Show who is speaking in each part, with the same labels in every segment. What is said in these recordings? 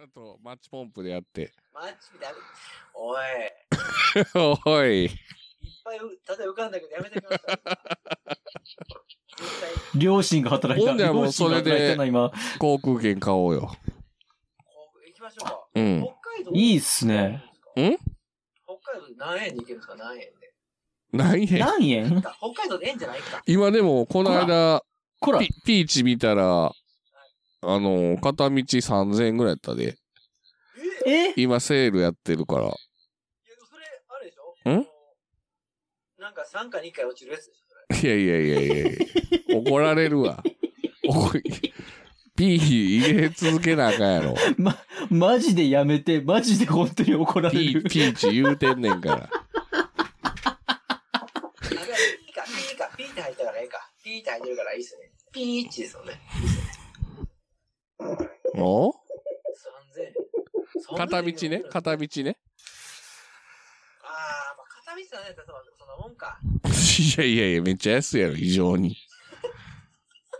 Speaker 1: あと、マッチポンプでやって。
Speaker 2: マッチだめ。おい、いっ
Speaker 1: おい。
Speaker 2: ぱいただ浮かんだけどやめてください。絶対、
Speaker 3: 両親が働いた。
Speaker 1: ほんではもう
Speaker 3: 両親が働いたな、今。
Speaker 1: 航空券買おうよ。
Speaker 2: こう行きましょうか。
Speaker 1: うん。
Speaker 2: 北海道
Speaker 3: いいっすね。
Speaker 2: ん北海道で何円で行けるんですか何円で。
Speaker 1: 何 円
Speaker 3: 何円
Speaker 2: 北海道で円じゃないか。
Speaker 1: 今でも、この間、
Speaker 3: こら
Speaker 1: ピ、ピーチ見たら、あの、片道3000円ぐらいやったで。
Speaker 2: えいや、
Speaker 3: え
Speaker 1: 今、セールやってるから。
Speaker 2: それ、あれでしょ
Speaker 1: ん
Speaker 2: あのなんか3か2回落ちるやつでしょそれ
Speaker 1: いやいやいやいやいや怒られるわ。おいピー入れ続けなあかんやろ。
Speaker 3: マジでやめて、マジで本当に怒られ
Speaker 1: ピ
Speaker 3: る
Speaker 1: ー、。ピーチ言うてんねんから。
Speaker 2: あれはピーか、ピーか、ピーって入ったからええか。ピーって入ってるからいいっすね。ピーチですよね。
Speaker 1: お
Speaker 2: 3000円。
Speaker 1: 片道ね、片道ね。
Speaker 2: ああ、まあ、片道だね、例えばそんなもんか。
Speaker 1: いやいやいや、めっちゃ安いやろ、異常に。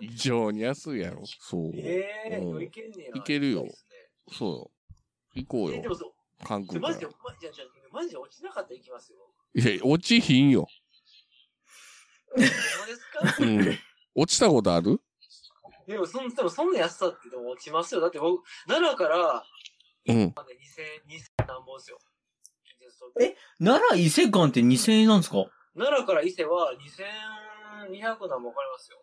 Speaker 1: 異常に安いやろ。そう。
Speaker 2: ええ
Speaker 1: うん
Speaker 2: いけんねや。
Speaker 1: いけるよ
Speaker 2: いいですね
Speaker 1: そうよ。行こう
Speaker 2: えで
Speaker 1: よ、
Speaker 2: もそう、
Speaker 1: 韓
Speaker 2: で
Speaker 1: 国
Speaker 2: マ
Speaker 1: か
Speaker 2: ジで、
Speaker 1: ら。
Speaker 2: ま、じゃあじゃあマジで落ちなかったら行きますよ。
Speaker 1: いや、落ちひんよ。
Speaker 2: ほんまですか
Speaker 1: うん。落ちたことある
Speaker 2: でも、そん、でもそんな安さってでも落ちますよ。だって僕、奈良から、
Speaker 1: うん。
Speaker 2: まあね、2000、2000何本ですよ。
Speaker 3: え奈良伊勢間って2000円なんですか
Speaker 2: 奈良から伊勢は2200何本かかりますよ。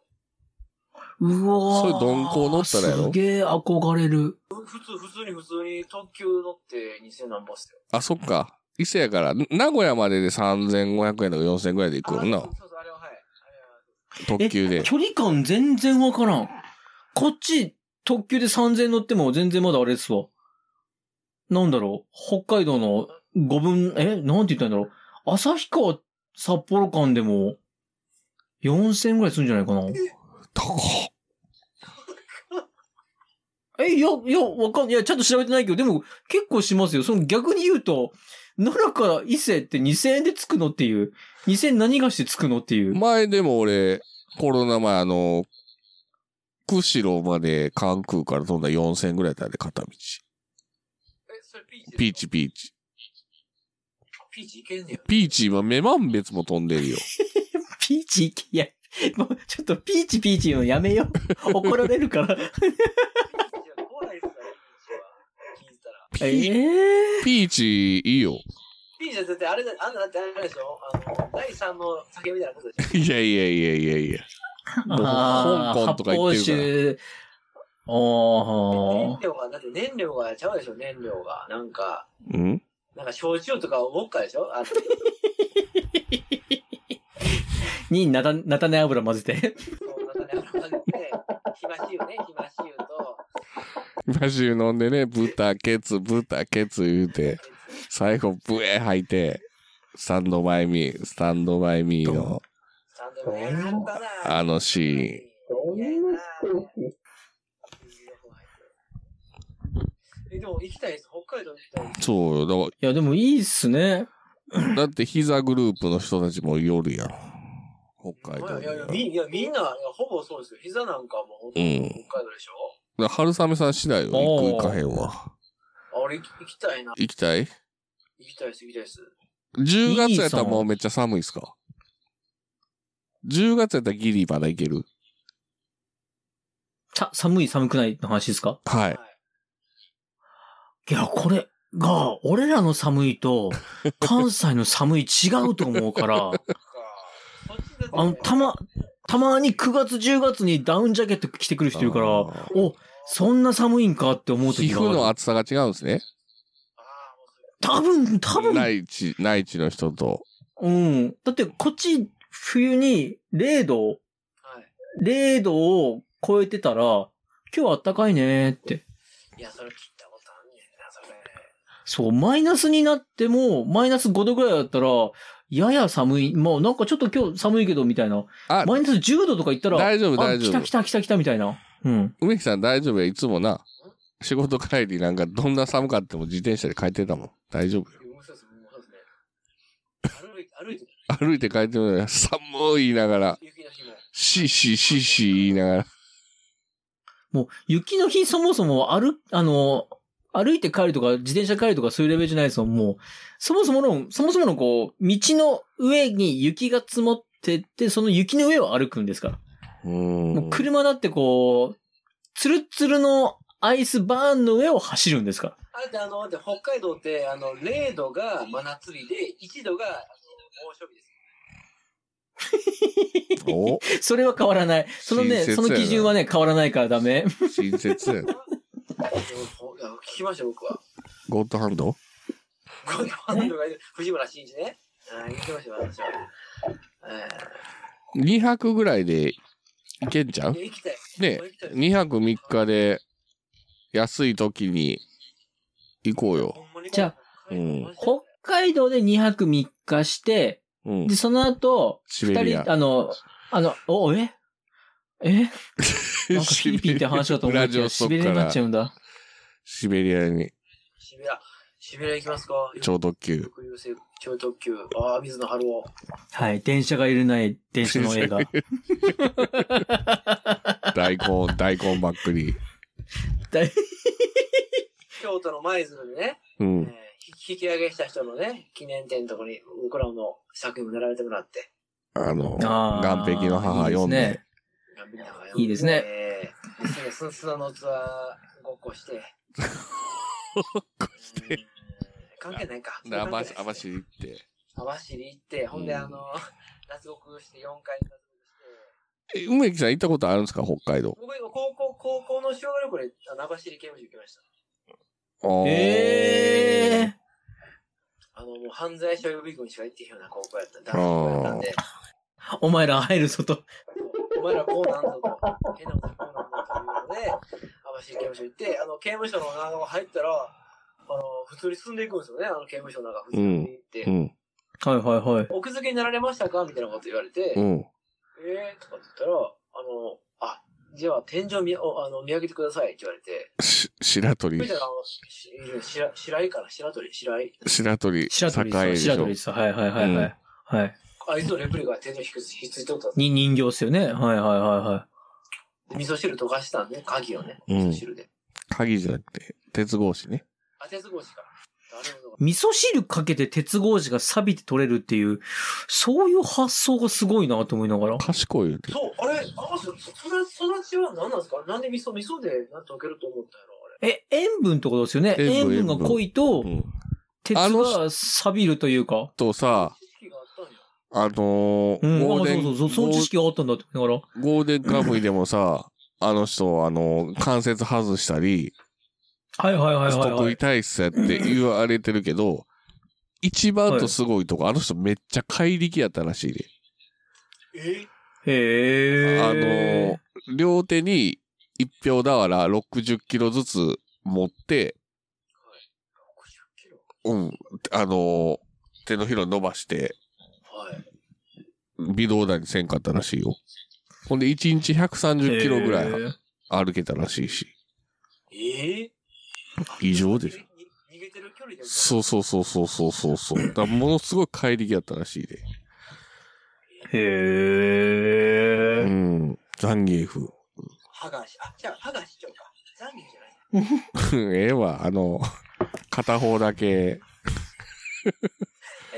Speaker 3: うわー
Speaker 1: それ鈍行乗ったらやろ
Speaker 3: すげえ憧れる。
Speaker 2: ふ普通、普通に普通に特急乗って2000何本っすよ。
Speaker 1: あ、そっか。伊勢やから、ん名古屋までで3500円とか4000円ぐらいで行くよ
Speaker 2: あ
Speaker 1: な
Speaker 2: そう。そうそう、あれははい。あれは
Speaker 1: 特急で
Speaker 3: え。距離感全然わからん。こっち、特急で3000乗っても全然まだあれですわ。なんだろう北海道の5分、えなんて言ったらいいんだろう旭川、札幌間でも4000円ぐらいするんじゃないかな
Speaker 1: 高っ
Speaker 3: え、いや、いや、わかん、いや、ちゃんと調べてないけど、でも、結構しますよ。その逆に言うと、奈良から伊勢って2000円で着くのっていう。2000円何がして着くのっていう。
Speaker 1: 前でも俺、コロナ前あの、釧路まで関空から飛んだ4000円ぐらいだったで、片道。
Speaker 2: え、それピーチですか
Speaker 1: ピー。チピーチ。
Speaker 2: ピーチ行けんねや。
Speaker 1: ピーチ今、メマン別も飛んでるよ。
Speaker 3: ピーチ、いや、もう、ちょっとピーチピーチ言うのやめよ う。怒られるから。
Speaker 2: ピーチは怖いっすから、ピーチは。聞いたら。
Speaker 3: え
Speaker 1: ピピーチ、いいよ。
Speaker 2: ピーチは絶対あれだ、あんなだってあれでしょあの、第三の酒みたいなことでしょ
Speaker 1: いやいやいやいやいや。もう
Speaker 3: あー
Speaker 1: 香港とか行ってるから
Speaker 3: 発泡
Speaker 2: 燃
Speaker 3: 酒。
Speaker 2: 料が、だって燃料がちゃうでしょ、燃料が。なんか、
Speaker 1: うん
Speaker 2: なんか焼酎とかウォッカでしょあの、
Speaker 3: あーに、なた、なたね油混ぜて。
Speaker 2: そうなんかね、あの混ぜて、ひまし ゆね、ひましゆと、
Speaker 1: マジ飲んでね、豚ケツ、豚ケツ言うて、最後、ブエー吐いて、スタンドバイミー、スタンドバイミーの、
Speaker 2: サンドバイやったな
Speaker 1: あのシ
Speaker 2: いやいやなえ、でも行きたいです。北海道行きたいで
Speaker 1: ーン。そうよ。だから
Speaker 3: いや、でもいいっすね。
Speaker 1: だって膝グループの人たちも夜やん。北海
Speaker 2: す。
Speaker 1: 道
Speaker 2: いやいや、
Speaker 1: に
Speaker 2: みいやみんな、いやほぼそうですよ。膝なんかもう、北
Speaker 1: うん
Speaker 2: 海道でしょ
Speaker 1: は。春雨さん次第よ。
Speaker 3: おー
Speaker 1: 行く行かへんわ。
Speaker 2: あ、俺行き行きたいな。
Speaker 1: 行きたい
Speaker 2: 行きたいです、行きたいです。
Speaker 1: ?10 月やったら
Speaker 3: いいその
Speaker 1: もうめっちゃ寒いっすか ?10 月やったらギリまだ行ける
Speaker 3: さ、寒い寒くないの話ですか
Speaker 1: はい。
Speaker 3: いや、これが、俺らの寒 いと、関西の寒い違うと思うから、
Speaker 2: そっちだって
Speaker 3: あの、たま、たまに9月10月にダウンジャケット着てくる人いるから、
Speaker 1: あ
Speaker 3: お、
Speaker 1: ー
Speaker 3: そんな寒いんかって思う
Speaker 1: 皮
Speaker 3: 時が
Speaker 1: 膚の
Speaker 3: ある。
Speaker 1: 厚さが違うんですね。
Speaker 2: ああ、もうそれ
Speaker 3: 多分、多分、
Speaker 1: 内地、内地の人と。
Speaker 3: うん。だって、こっち、冬に0度、
Speaker 2: はい。
Speaker 3: 0度を超えてたら、今日あったかいねーって。
Speaker 2: いや、それ聞いたことあんねんな、それ。
Speaker 3: そう、マイナスになっても、マイナス5度ぐらいだったら、やや寒い。もうなんかちょっと今日寒いけど、みたいな。
Speaker 1: あ、
Speaker 3: マイナス10度とか言ったら、
Speaker 1: 大丈夫、
Speaker 3: あ、
Speaker 1: 大
Speaker 3: 来
Speaker 1: 丈
Speaker 3: た
Speaker 1: 夫
Speaker 3: 来。た来た来たみたいな。うん。
Speaker 1: 梅木さん大丈夫や。いつもな、仕事帰りなんかどんな寒かっても自転車で帰ってたもん。大丈夫よ。
Speaker 2: 面白いです、面白いですね。歩いて、歩いて、
Speaker 1: 歩いて帰ってもらう寒い言いながら、
Speaker 2: 雪の日も。
Speaker 1: シーシーシーシー言いながら。
Speaker 3: もう、雪の日そもそも歩、あの、歩いて帰るとか、自転車帰るとかそういうレベルじゃないですもん、もう。そもそもの、そもそものこう、道の上に雪が積もってて、その雪の上を歩くんですから。
Speaker 1: うん。
Speaker 3: もう車だってこう、ツルッツルのアイスバーンの上を走るんですから。
Speaker 2: あれってあの、で北海道って、あの、0度が真夏日で、1度があの猛暑日です。
Speaker 1: お
Speaker 3: それは変わら ない。そのね、
Speaker 1: 親切や
Speaker 3: そ
Speaker 1: な
Speaker 3: の基準はね、変わらないからダメ。
Speaker 1: 親切やな。
Speaker 2: そう聞きました、僕は。
Speaker 1: ゴッドハンド
Speaker 2: ゴッドハンドがいる。藤村新一ね。あ言ってましたよ、私は。え
Speaker 1: ?2 泊ぐらいで行けんじゃん
Speaker 2: ー、行きたい。
Speaker 1: ね
Speaker 2: 行きたい。
Speaker 1: 2泊3日で安い時に行こうよ。
Speaker 2: ほんまに
Speaker 3: じゃ
Speaker 1: うん
Speaker 3: 北海道で2泊3日して、
Speaker 1: うん
Speaker 3: で、。その後、
Speaker 1: シベ
Speaker 3: 二
Speaker 1: リ
Speaker 3: 人、
Speaker 1: ア。
Speaker 3: あの、あの、お、ええ なんかフィリピンって話だと思う
Speaker 1: ラ
Speaker 3: け
Speaker 1: ジオ
Speaker 3: ど、
Speaker 1: そ
Speaker 3: し
Speaker 1: っ
Speaker 3: びれ
Speaker 1: か
Speaker 3: になっ
Speaker 1: ら
Speaker 3: ちゃうんだ。
Speaker 1: シベリアに
Speaker 2: シベリア、シベリア行きますか
Speaker 1: 超特急。
Speaker 2: 特優勢、超特急。ああ、水野晴夫。
Speaker 3: はい、電車がいるない電車の映 画。
Speaker 1: 大根、大根ばっく り。
Speaker 2: 京都の舞鶴でね、
Speaker 1: う
Speaker 2: えー
Speaker 1: ん。
Speaker 2: 引き上げした人のね、記念展のとこに僕らの作品も並べてもらって。
Speaker 1: あの、
Speaker 3: あー
Speaker 1: 岸壁の母
Speaker 3: いい
Speaker 1: 読んで。
Speaker 3: いいですね
Speaker 2: えー。ですね、す砂の器ごっこして。ごっこして。関係ないか。
Speaker 1: で網
Speaker 2: 関
Speaker 1: 走
Speaker 2: 係な
Speaker 1: 網
Speaker 2: い
Speaker 1: 走行って。
Speaker 2: 網走行って、ほんで
Speaker 1: うん
Speaker 2: あの、脱獄して4回脱獄して。
Speaker 1: え、梅木さん行ったことあるんですか北海道。
Speaker 2: 僕、高校、高校の修学旅行で、あの網走刑務所行きました。
Speaker 3: ええ
Speaker 2: あの、もう犯罪者予備軍しか行ってへんような高校やった。男子校やったんで、
Speaker 3: お前ら入るぞと。
Speaker 2: お前らこうなんぞと、変なことこうなんぞというので、網走刑務所行って、あの、刑務所の中入ったら、あの、普通に進んでいくんですよね、あの刑務所の中、普通に行って。
Speaker 1: うん。
Speaker 3: はいはいはい。
Speaker 2: 奥付けになられましたかみたいなこと言われて、
Speaker 1: うん。
Speaker 2: えーとかって言ったら、あの、あ、じゃあ天井見、おあの見上げてくださいって言われて、
Speaker 1: し白
Speaker 2: そ
Speaker 1: 鳥
Speaker 2: し。たら、あの、ししら白井から白鳥、白井。
Speaker 1: 白鳥。
Speaker 3: 白鳥さ
Speaker 1: 栄
Speaker 3: ん、
Speaker 1: でしょ
Speaker 3: 白鳥さん。はいはいはいはい。はい。
Speaker 2: あいつのレプリカが天井引くひっついとったんです
Speaker 3: に人形っすよね。はいはいはいは
Speaker 2: で味噌汁溶かしたんで、鍵をね、
Speaker 1: うん
Speaker 2: 味噌汁で。
Speaker 1: 鍵じゃなくて、鉄格子ね。
Speaker 2: あ、鉄格子か。なるほど。
Speaker 3: い。味噌汁かけて鉄格子が錆びて取れるっていう、そういう発想がすごいなと思いながら。
Speaker 1: 賢いよね。
Speaker 2: そう、あれ、あ、そ、そ、そら、そらちは何なんですかなんで味噌、味噌でなん溶けると思ったんやろあれ。
Speaker 3: え、塩分ってことですよね。
Speaker 1: 塩
Speaker 3: 塩
Speaker 1: 分
Speaker 3: 分が濃いと
Speaker 1: う、ん。
Speaker 3: 鉄
Speaker 1: あの
Speaker 3: は錆びるというか。
Speaker 1: とさ、
Speaker 2: 知識があったんや。
Speaker 1: あのー
Speaker 3: うん、
Speaker 1: ゴー
Speaker 3: あ
Speaker 1: ルデン
Speaker 3: そうそうそう、その知識があったんだって思いながら。
Speaker 1: ゴールデンカムイでもさ、あの人、あのー関節外したり、
Speaker 3: はいはいはいはい、は
Speaker 1: 得意
Speaker 3: い。
Speaker 1: 体質やって言われてるけど、一番とすごいとこ、あの人めっちゃ怪力やったらしいで。
Speaker 2: え
Speaker 3: へえ。
Speaker 1: あのー両手に一票だから60キロずつ持って、
Speaker 2: ?60 キロ
Speaker 1: うん、あのー手のひらを伸ばして、
Speaker 2: はい。
Speaker 1: 微動だにせんかったらしいよ。ほんで、1日130キロぐら
Speaker 3: へ
Speaker 1: い
Speaker 3: ー
Speaker 1: 歩けたらしいし。
Speaker 2: ええ
Speaker 1: 異常でしょ
Speaker 2: に逃げてる距離でも
Speaker 1: そうそうそうそうそうそうそう。だからものすごい怪力やったらしいで。
Speaker 3: へ
Speaker 1: う
Speaker 3: ー
Speaker 1: ん。ザンギエフ。
Speaker 2: 歯がし、あ、じゃあ歯が市長か。残念じゃない。
Speaker 1: ええわ、あの、 片方だけ、
Speaker 2: え、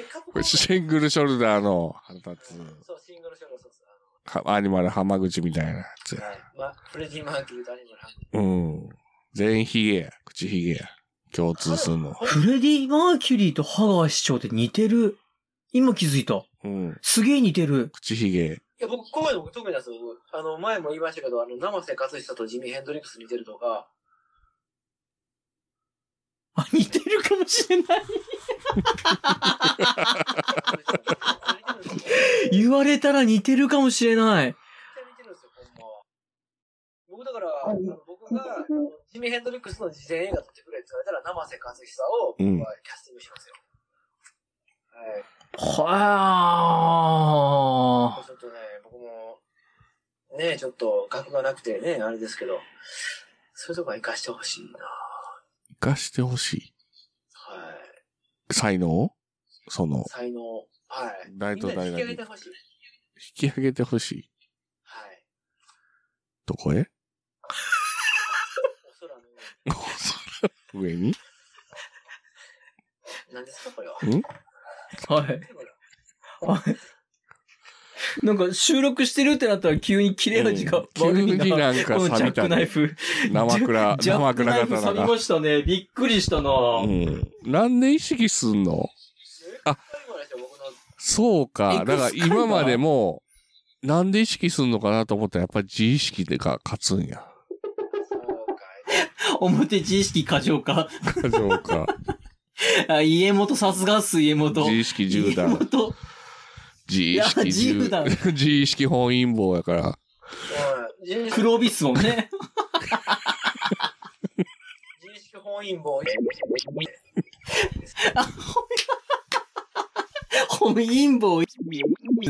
Speaker 2: 過去
Speaker 1: これシングルショルダーの腹立つ
Speaker 2: そう、シングルショートそうそう。あ
Speaker 1: はアニマル浜口みたいなやつ
Speaker 2: の
Speaker 1: や。
Speaker 2: はい。ま、フレディ・マーキュリーとアニマルハン
Speaker 1: うん。全ヒゲや。口ヒゲや。共通するの。
Speaker 3: フレディ・マーキュリーとハガー市長って似てる。今気づいた。
Speaker 1: うん。
Speaker 3: すげえ似てる。
Speaker 1: 口ヒゲ。
Speaker 2: いや、僕、こういうの僕特になんですよ。僕あの、前も言いましたけど、あの、生瀬勝久とジミー・ヘンドリックス似てると か、
Speaker 3: あ、似てるかもしれない。言われたら似てるかもしれない。
Speaker 2: めっちゃ似てるんですよ、ほんまは。僕だから、あの僕が、あのジミー・ヘンドリックスの事前映画撮ってくれって言われたら、生瀬勝久を、
Speaker 1: うん
Speaker 2: 僕はキャスティングしますよ。はい。
Speaker 3: はあ。
Speaker 2: ちょっとね、僕も、ね、ちょっと、額がなくてね、あれですけど、そういうとこは活かしてほしいな。
Speaker 1: 生かしてほし
Speaker 2: はい。
Speaker 1: い。才能その、
Speaker 2: 才能、はい。
Speaker 1: 大
Speaker 2: み
Speaker 1: と
Speaker 2: んなに
Speaker 1: 大
Speaker 2: 引
Speaker 1: な
Speaker 2: き上げ
Speaker 1: り
Speaker 2: て。ほしい。
Speaker 1: 引き上げてほしい。
Speaker 2: はい。
Speaker 1: どこへ
Speaker 2: お空のように。
Speaker 1: 上に
Speaker 2: 何ですか、これは。
Speaker 3: はい。
Speaker 2: これは
Speaker 3: はい。なんか収録してるってなったら急に切れ味が
Speaker 1: うん
Speaker 3: 悪
Speaker 1: 急
Speaker 3: い
Speaker 1: に
Speaker 3: な。
Speaker 1: なん
Speaker 3: こ
Speaker 1: か
Speaker 3: のジャ
Speaker 1: 錆
Speaker 3: ッ
Speaker 1: び
Speaker 3: ク
Speaker 1: た
Speaker 3: ナイ
Speaker 1: ね。
Speaker 3: フ。
Speaker 1: 生クラ、
Speaker 3: ジャ
Speaker 1: 生
Speaker 3: ッ
Speaker 1: ク
Speaker 3: ク
Speaker 1: ラ
Speaker 3: ナイフ
Speaker 1: 刀
Speaker 3: 錆び
Speaker 1: が。
Speaker 3: ましたね。びっくりしたな、
Speaker 1: うん。なんで意識すんのあ
Speaker 2: 最後の人僕の
Speaker 1: そう
Speaker 3: エ
Speaker 1: か。
Speaker 3: ク
Speaker 1: だから
Speaker 3: スカリバー
Speaker 1: 今までも、なんで意識すんのかなと思ったら、やっぱ自意識でか勝つんや。
Speaker 2: そうか
Speaker 3: 表知識過剰化。
Speaker 1: そうか。
Speaker 3: あ家元さすがっす、家元。
Speaker 1: 自意識
Speaker 3: 家
Speaker 1: 10段。
Speaker 3: 元。
Speaker 1: 自
Speaker 3: い
Speaker 1: 意
Speaker 3: や
Speaker 1: 識
Speaker 3: 10段
Speaker 1: 10 自意識本因坊やから。
Speaker 2: い。うん。自
Speaker 3: 黒帯っすも んね。
Speaker 2: 自意識本因坊。
Speaker 3: 本陰謀、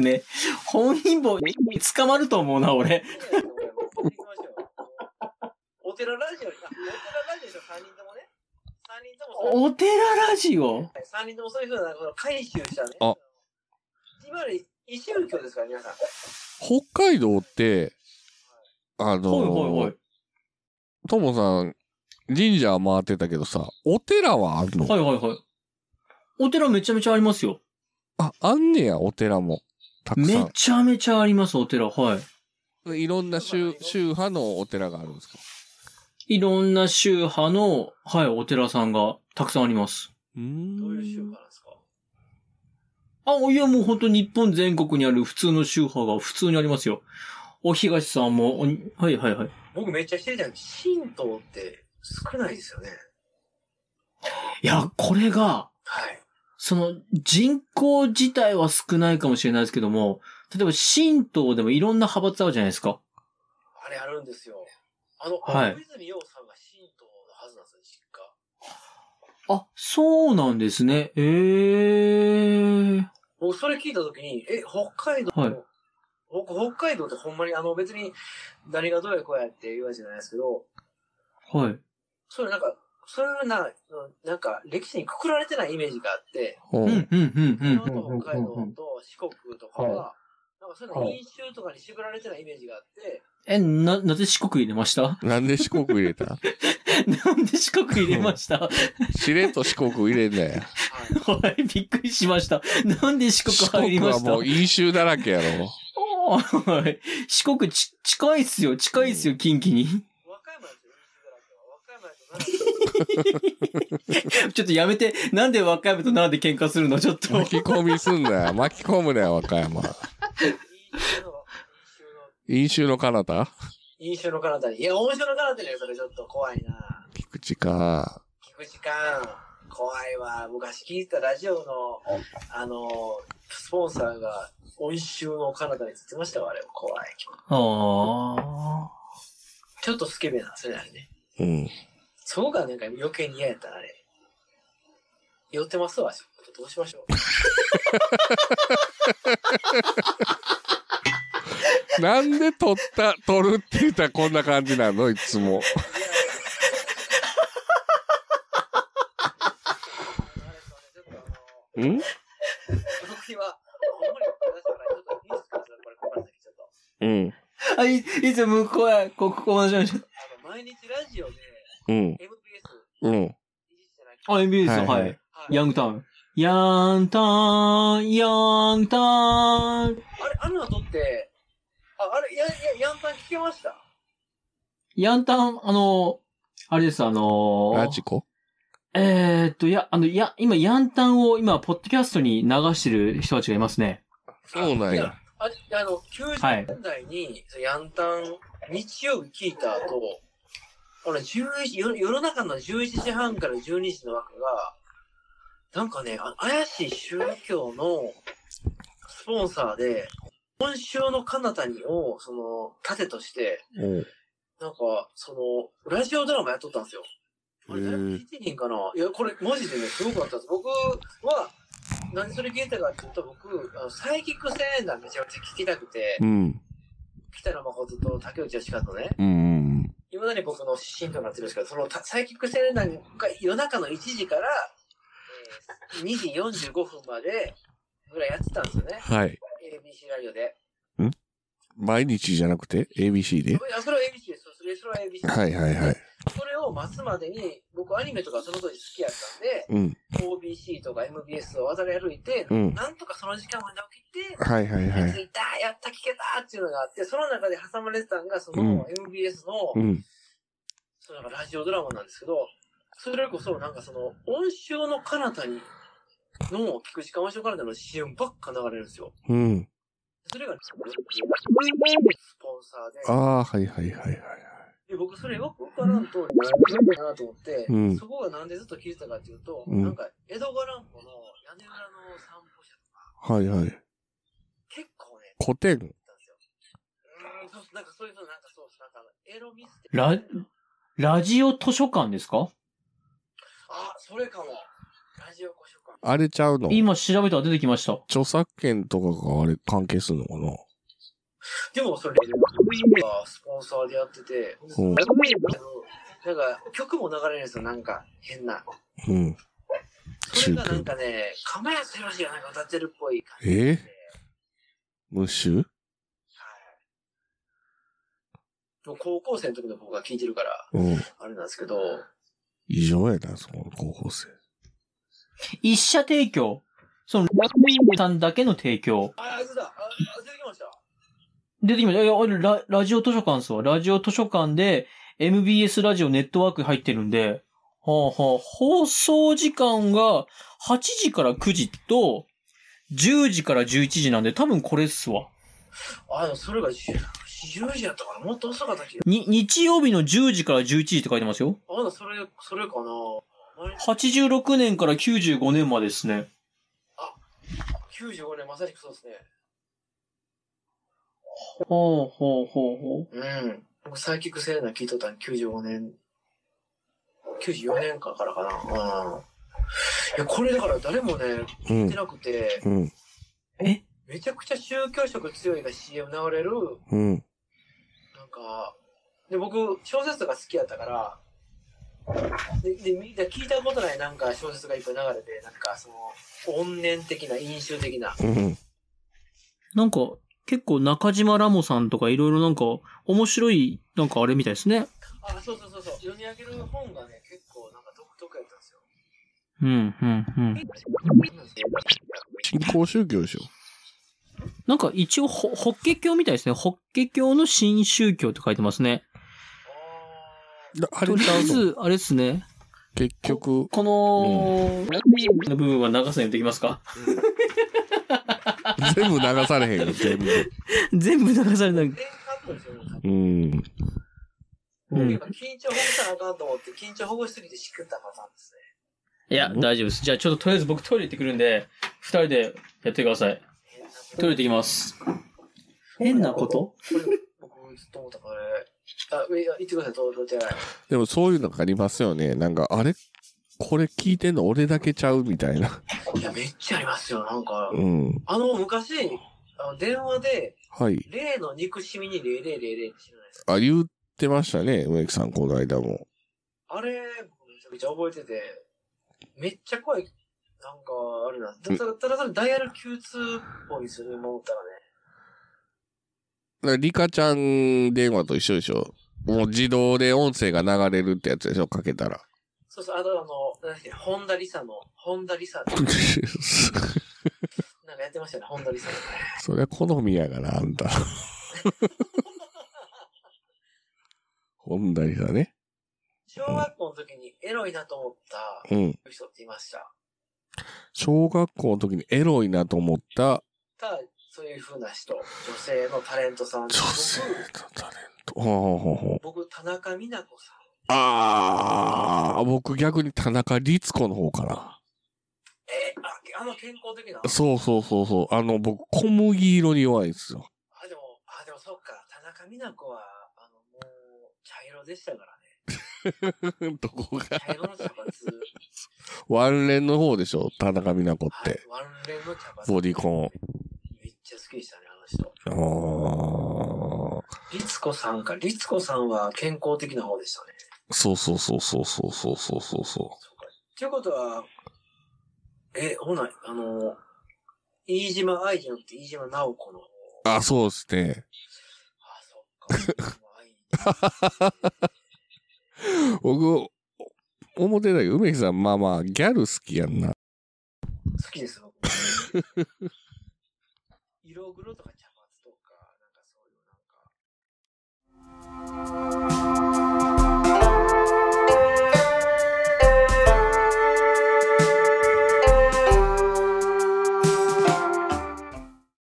Speaker 3: ね。本陰謀、捕まると思うな、俺。
Speaker 2: お寺ラジオ、あお寺ラジオでしょ、3人ともね。3人とも、
Speaker 3: お寺ラジオ。
Speaker 2: 3人ともそういうふうな、この回収したね。
Speaker 1: あ
Speaker 2: いわゆる異宗教ですから、皆さん。
Speaker 1: 北海道って、あ
Speaker 3: ほいほいほ
Speaker 1: の
Speaker 3: い、。
Speaker 1: ともさん、神社は回ってたけどさ、お寺はあるの
Speaker 3: はいはいはい。お寺めちゃめちゃありますよ。
Speaker 1: あ、あんねや、お寺も。たく
Speaker 3: め
Speaker 1: さ
Speaker 3: ちゃめちゃあります、お寺。はい。
Speaker 1: ん。いろんな宗宗派のお寺があるんですか
Speaker 3: いろんな宗派の、はい、お寺さんがたくさんあります。
Speaker 1: うーん
Speaker 2: どういう宗派なんですか
Speaker 3: あ、いやもう本当日本全国にある普通の宗派が普通にありますよ。お東さんも、おはいはいはい。
Speaker 2: 僕めっちゃ知りたいの神道って少ないですよね。
Speaker 3: いや、これが、
Speaker 2: はい。
Speaker 3: その人口自体は少ないかもしれないですけども、例えば神道でもいろんな派閥あるじゃないですか。
Speaker 2: あれあるんですよ。あの、
Speaker 3: はい
Speaker 2: 小泉洋さんが神道のはずなんですよ、実家。
Speaker 3: あ、そうなんですね。ええー。
Speaker 2: 僕それ聞いたときに、え、北海道の、
Speaker 3: はい
Speaker 2: 僕北海道ってほんまにあの別に誰がどうやこうやって言うわけじゃないですけど、
Speaker 3: はい。
Speaker 2: それなんか、それはな、なんか歴史にくくられてないイメージがあって、
Speaker 1: ほ
Speaker 3: うん、う、
Speaker 1: うん
Speaker 3: うん、うん。
Speaker 2: 日本と北海道と四国とかは、
Speaker 4: はい
Speaker 2: なんかそういうの飲酒とかに絞られてないイメージがあって、
Speaker 3: え、な、なぜ四国入れました
Speaker 1: なんで四国入れた
Speaker 3: なんで四国入れました
Speaker 1: しれっと四国入れんなよ。
Speaker 2: はい
Speaker 3: はい、びっくりしました。なんで四国
Speaker 1: 四
Speaker 3: 入
Speaker 1: 国
Speaker 3: りま
Speaker 1: は
Speaker 3: した
Speaker 1: もう飲酒だらけやろ。
Speaker 3: おーはい 四国ち、近いっすよ、近いっすよ、近畿に。
Speaker 2: 和歌山ですよ、飲酒だらけは。和歌山と奈良
Speaker 3: ちょっとやめて、なんで和歌山と奈良で喧嘩するのちょっと。
Speaker 1: 巻き込みすんなよ。巻き込むなよ、和歌山。
Speaker 2: 飲酒の、
Speaker 1: 飲酒の彼方
Speaker 2: 飲酒の彼方に。いや、温酒の彼方にはそれちょっと怖いな
Speaker 1: 菊池か。
Speaker 2: 菊池寛、怖いわ。昔聞いたラジオの、あの、スポンサーが、温州のカナダにつってましたわ、あれ。怖い。
Speaker 3: あ
Speaker 2: ちょっとスケベなんですよね、あれね。
Speaker 1: うん。
Speaker 2: そこがなんか余計に嫌やったな、あれ。酔ってますわ、ちょっとどうしましょう。
Speaker 1: なんで取った、取るって言ったらこんな感じなのいつも。ん
Speaker 2: 僕今、ほんまに出したから、ちょっとミスかすこれ、ここから先ちょっと。
Speaker 1: うん。
Speaker 3: あ。あ、い、いつも向こうや、ここ、こ同じました。
Speaker 2: あの、毎日ラジオで、
Speaker 1: うん。
Speaker 2: MBS、
Speaker 1: うん。
Speaker 2: じゃなくて
Speaker 3: あ、MBS ですよ、
Speaker 1: はい
Speaker 3: はい。
Speaker 2: はい
Speaker 3: ヤングタウン。ヤンタウン、ヤンタウン。
Speaker 2: あれ、あの音って、あ、あれ、や、や、ヤンパン聞けました
Speaker 3: ヤンタン、あの、あれです、あの
Speaker 1: ラジコ
Speaker 3: えー、っと、いや、あの、いや、今、ヤンタンを今、ポッドキャストに流してる人たちがいますね。
Speaker 1: そうなん
Speaker 2: い
Speaker 1: や。
Speaker 2: あれ、あの、90年代に、そのヤンタン、日曜日聞いた後、あの、11夜、夜中の11時半から12時の枠が、なんかね、あ怪しい宗教のスポンサーで、今週の彼方にを、その、盾として、
Speaker 1: うん。
Speaker 2: なんか、その、ラジオドラマやっとったんですよ。あれ、誰も聞いてへんかないや、これ、マジでね、すごくあったんです。僕は、何それ聞いたかって言うと、僕、あのサイキック青年団めちゃめちゃ聞きたくて
Speaker 1: う、ん。
Speaker 2: 北野誠と竹内義和のね、
Speaker 1: うん。
Speaker 2: 今だに僕の指針となってるんですけど、そのたサイキック青年団が夜中の1時から、えー2時45分までぐらいやってたんですよね。
Speaker 1: はい。
Speaker 2: ABC ラジオで。
Speaker 1: 毎日じゃなくて ?ABC で
Speaker 2: これあそれは ABC です。それそれは ABC です。
Speaker 1: はいはいはい。
Speaker 2: それを待つまでに、僕アニメとかその当時好きやったんで、
Speaker 1: うん。
Speaker 2: OBC とか MBS を渡り歩いて、
Speaker 1: うん
Speaker 2: なんとかその時間まで起きて、
Speaker 1: はいはいは
Speaker 2: 着
Speaker 1: い。
Speaker 2: いた、やった、聞けたっていうのがあって、その中で挟まれてたのが、そ
Speaker 1: うん
Speaker 2: の MBS の、
Speaker 1: うん。
Speaker 2: そのなんかラジオドラマなんですけど、それこそなんかその、音週の彼方に、の菊池寛音週彼方の CM ばっか流れるんですよ。
Speaker 1: うん。
Speaker 2: それが、スポンサーで、
Speaker 1: ああ、はいはいはいはい。
Speaker 2: で、僕それよくわからんと、なんだなと思って、
Speaker 1: うん
Speaker 2: そこがなんでずっと聞いてたかっていうと、
Speaker 1: うん
Speaker 2: なんか、江戸川乱歩の屋根裏の散歩者とか、
Speaker 1: はいはい。
Speaker 2: 結構ね、
Speaker 1: 古典。
Speaker 2: だったんですよ。うーん、そうそう、なんかそういうの、なんかそうそう、なんかあの、エロミステ
Speaker 3: ラ、ラジオ図書館ですか
Speaker 2: あ、それかも。ラジオ古書館。
Speaker 1: あれちゃうの
Speaker 3: 今調べたら出てきました。
Speaker 1: 著作権とかがあれ関係するのかな
Speaker 2: でもそれ、スポンサーでやってて、
Speaker 1: うん
Speaker 2: なんか、曲も流れるんですよ、なんか、変な。
Speaker 1: うん。
Speaker 2: それがなんかね、釜安宏がなんか歌ってるっぽい感じで。
Speaker 1: え無臭
Speaker 2: もう高校生の時の僕が聞いてるから、
Speaker 1: うん。
Speaker 2: あれなんですけど、
Speaker 1: 異常やな、その高校生。
Speaker 3: 一社提供。その、さんだけの提供。
Speaker 2: あ、あいつだあ、あ出てきました
Speaker 3: 出てきました。いや、あれララジオ図書館っすわ。ラジオ図書館で、MBS ラジオネットワーク入ってるんで、はあはあ、放送時間が8時から9時と、10時から11時なんで、多分これっすわ。
Speaker 2: あ、でもそれが10 10時やったかなもっと遅かったっけ
Speaker 3: に、日曜日の10時から11時って書いてますよ。
Speaker 2: あ、ほなそれ、それかな毎日
Speaker 3: 86年から95年までですね。
Speaker 2: 95年まさしくそうですね。
Speaker 3: ほうほうほうほう。
Speaker 2: うん。僕、サイキックセレナ聞いとったん95年、94年かからかな。うん。いや、これだから誰もね、
Speaker 1: う
Speaker 2: 聞いて
Speaker 1: ん。
Speaker 2: なくて、
Speaker 1: うん。
Speaker 2: めちゃくちゃ宗教色強いが CM 流れる、
Speaker 1: うん。
Speaker 2: なんか、で、僕、小説とか好きやったから、で、で、みんな聞いたことないなんか小説がいっぱい流れて、なんかその、怨念的な、飲酒的な。
Speaker 1: うん。
Speaker 3: なんか、結構中島ラモさんとかいろいろなんか、面白い、なんかあれみたいですね。
Speaker 2: あ、そうそうそうそう。読み上げる本がね、結構なんか独特やったんですよ。
Speaker 3: うん、うん、うん。
Speaker 1: 新興宗教でしょ
Speaker 3: なんか一応、ほ、法華経みたいですね。法華経の新宗教って書いてますね。
Speaker 1: だあ
Speaker 3: と
Speaker 1: れ
Speaker 3: り
Speaker 1: ち
Speaker 3: あ
Speaker 1: ゃ
Speaker 3: え
Speaker 1: うの
Speaker 3: ず、あれですね。
Speaker 1: 結局。
Speaker 3: この、の部分は長さにできますか
Speaker 1: 全部流されへんよ、全部。
Speaker 3: 全部流されない
Speaker 2: 全。カットですよ、もう
Speaker 1: うん。
Speaker 3: うん。
Speaker 2: 緊張ほぐさなあかんと思って、緊張ほぐしすぎてしくったパターンです
Speaker 3: いや、
Speaker 1: うん
Speaker 3: 大丈夫です。じゃあちょっととりあえず僕トイレ行ってくるんで、二人でやってください。
Speaker 2: ね。
Speaker 3: トイレ行ってきます。変なこと
Speaker 2: これ、僕、ずっと思ったから、あ、いや、言ってください、どうどうじゃない。
Speaker 1: でもそういうのがありますよね。なんか、あれこれ聞いてんの俺だけちゃうみたいな。
Speaker 2: いや、めっちゃありますよ、なんか。
Speaker 1: うん。
Speaker 2: あの、昔、あの電話で、
Speaker 1: はい。
Speaker 2: 例の憎しみに0000って知らないですか
Speaker 1: あ、言ってましたね、植木さん、この間も。
Speaker 2: あれ、僕めちゃくちゃ覚えてて、めっちゃ怖い。なんか、あれなんです。ただ、ただ、ただダイヤル Q2 っぽいですよね、今思ったらね。
Speaker 1: だからリカちゃん電話と一緒でしょもう自動で音声が流れるってやつでしょかけたら。
Speaker 2: そうそう、あとあの、なんだっけ、本田理沙の、本田理 沙って、なんかやってましたね、本田理沙。
Speaker 1: それは好みやがな、あんた。 本題だね。
Speaker 2: 小学校の時にエロいなと思った
Speaker 1: うん。
Speaker 2: 人っていました。
Speaker 1: 小学校の時にエロいなと思った
Speaker 2: ただ、そういう風な人、女性のタレントさん。
Speaker 1: 女性のタレント。ほうほうほう
Speaker 2: 僕、僕田中美奈子さん。
Speaker 1: ああ、僕逆に田中律子の方かな。
Speaker 2: えーあ、けあの健康的な。
Speaker 1: そうそうそうそう。あの、僕、小麦色に弱いんですよ。
Speaker 2: あ、でも、あ、でもそっか、田中美奈子は、あの、もう、茶色でしたから ね。
Speaker 1: どこが
Speaker 2: 茶色の茶髪。
Speaker 1: ワンレンの方でしょ田中美奈子っ
Speaker 2: は
Speaker 1: て
Speaker 2: い。、ワンレンの茶髪。
Speaker 1: ボディコ
Speaker 2: めっちゃ好きでしたね、あの人。
Speaker 1: ン。ああ。
Speaker 2: 律子さんか、律子さんは健康的な方でしたね。
Speaker 1: そうそうそうそうそうそうそうそうそ
Speaker 2: そうか。っていうことは、え、ほな、あの、飯島愛じゃなくて飯島直子の方。
Speaker 1: う。あ、そうですね。
Speaker 2: あ、そっか。飯島愛。
Speaker 1: 僕、思ってたけど、梅木さん、まあまあ、ギャル好きやんな。
Speaker 2: 好 きです、僕。色黒とか茶髪とか、なんかそういうなんか。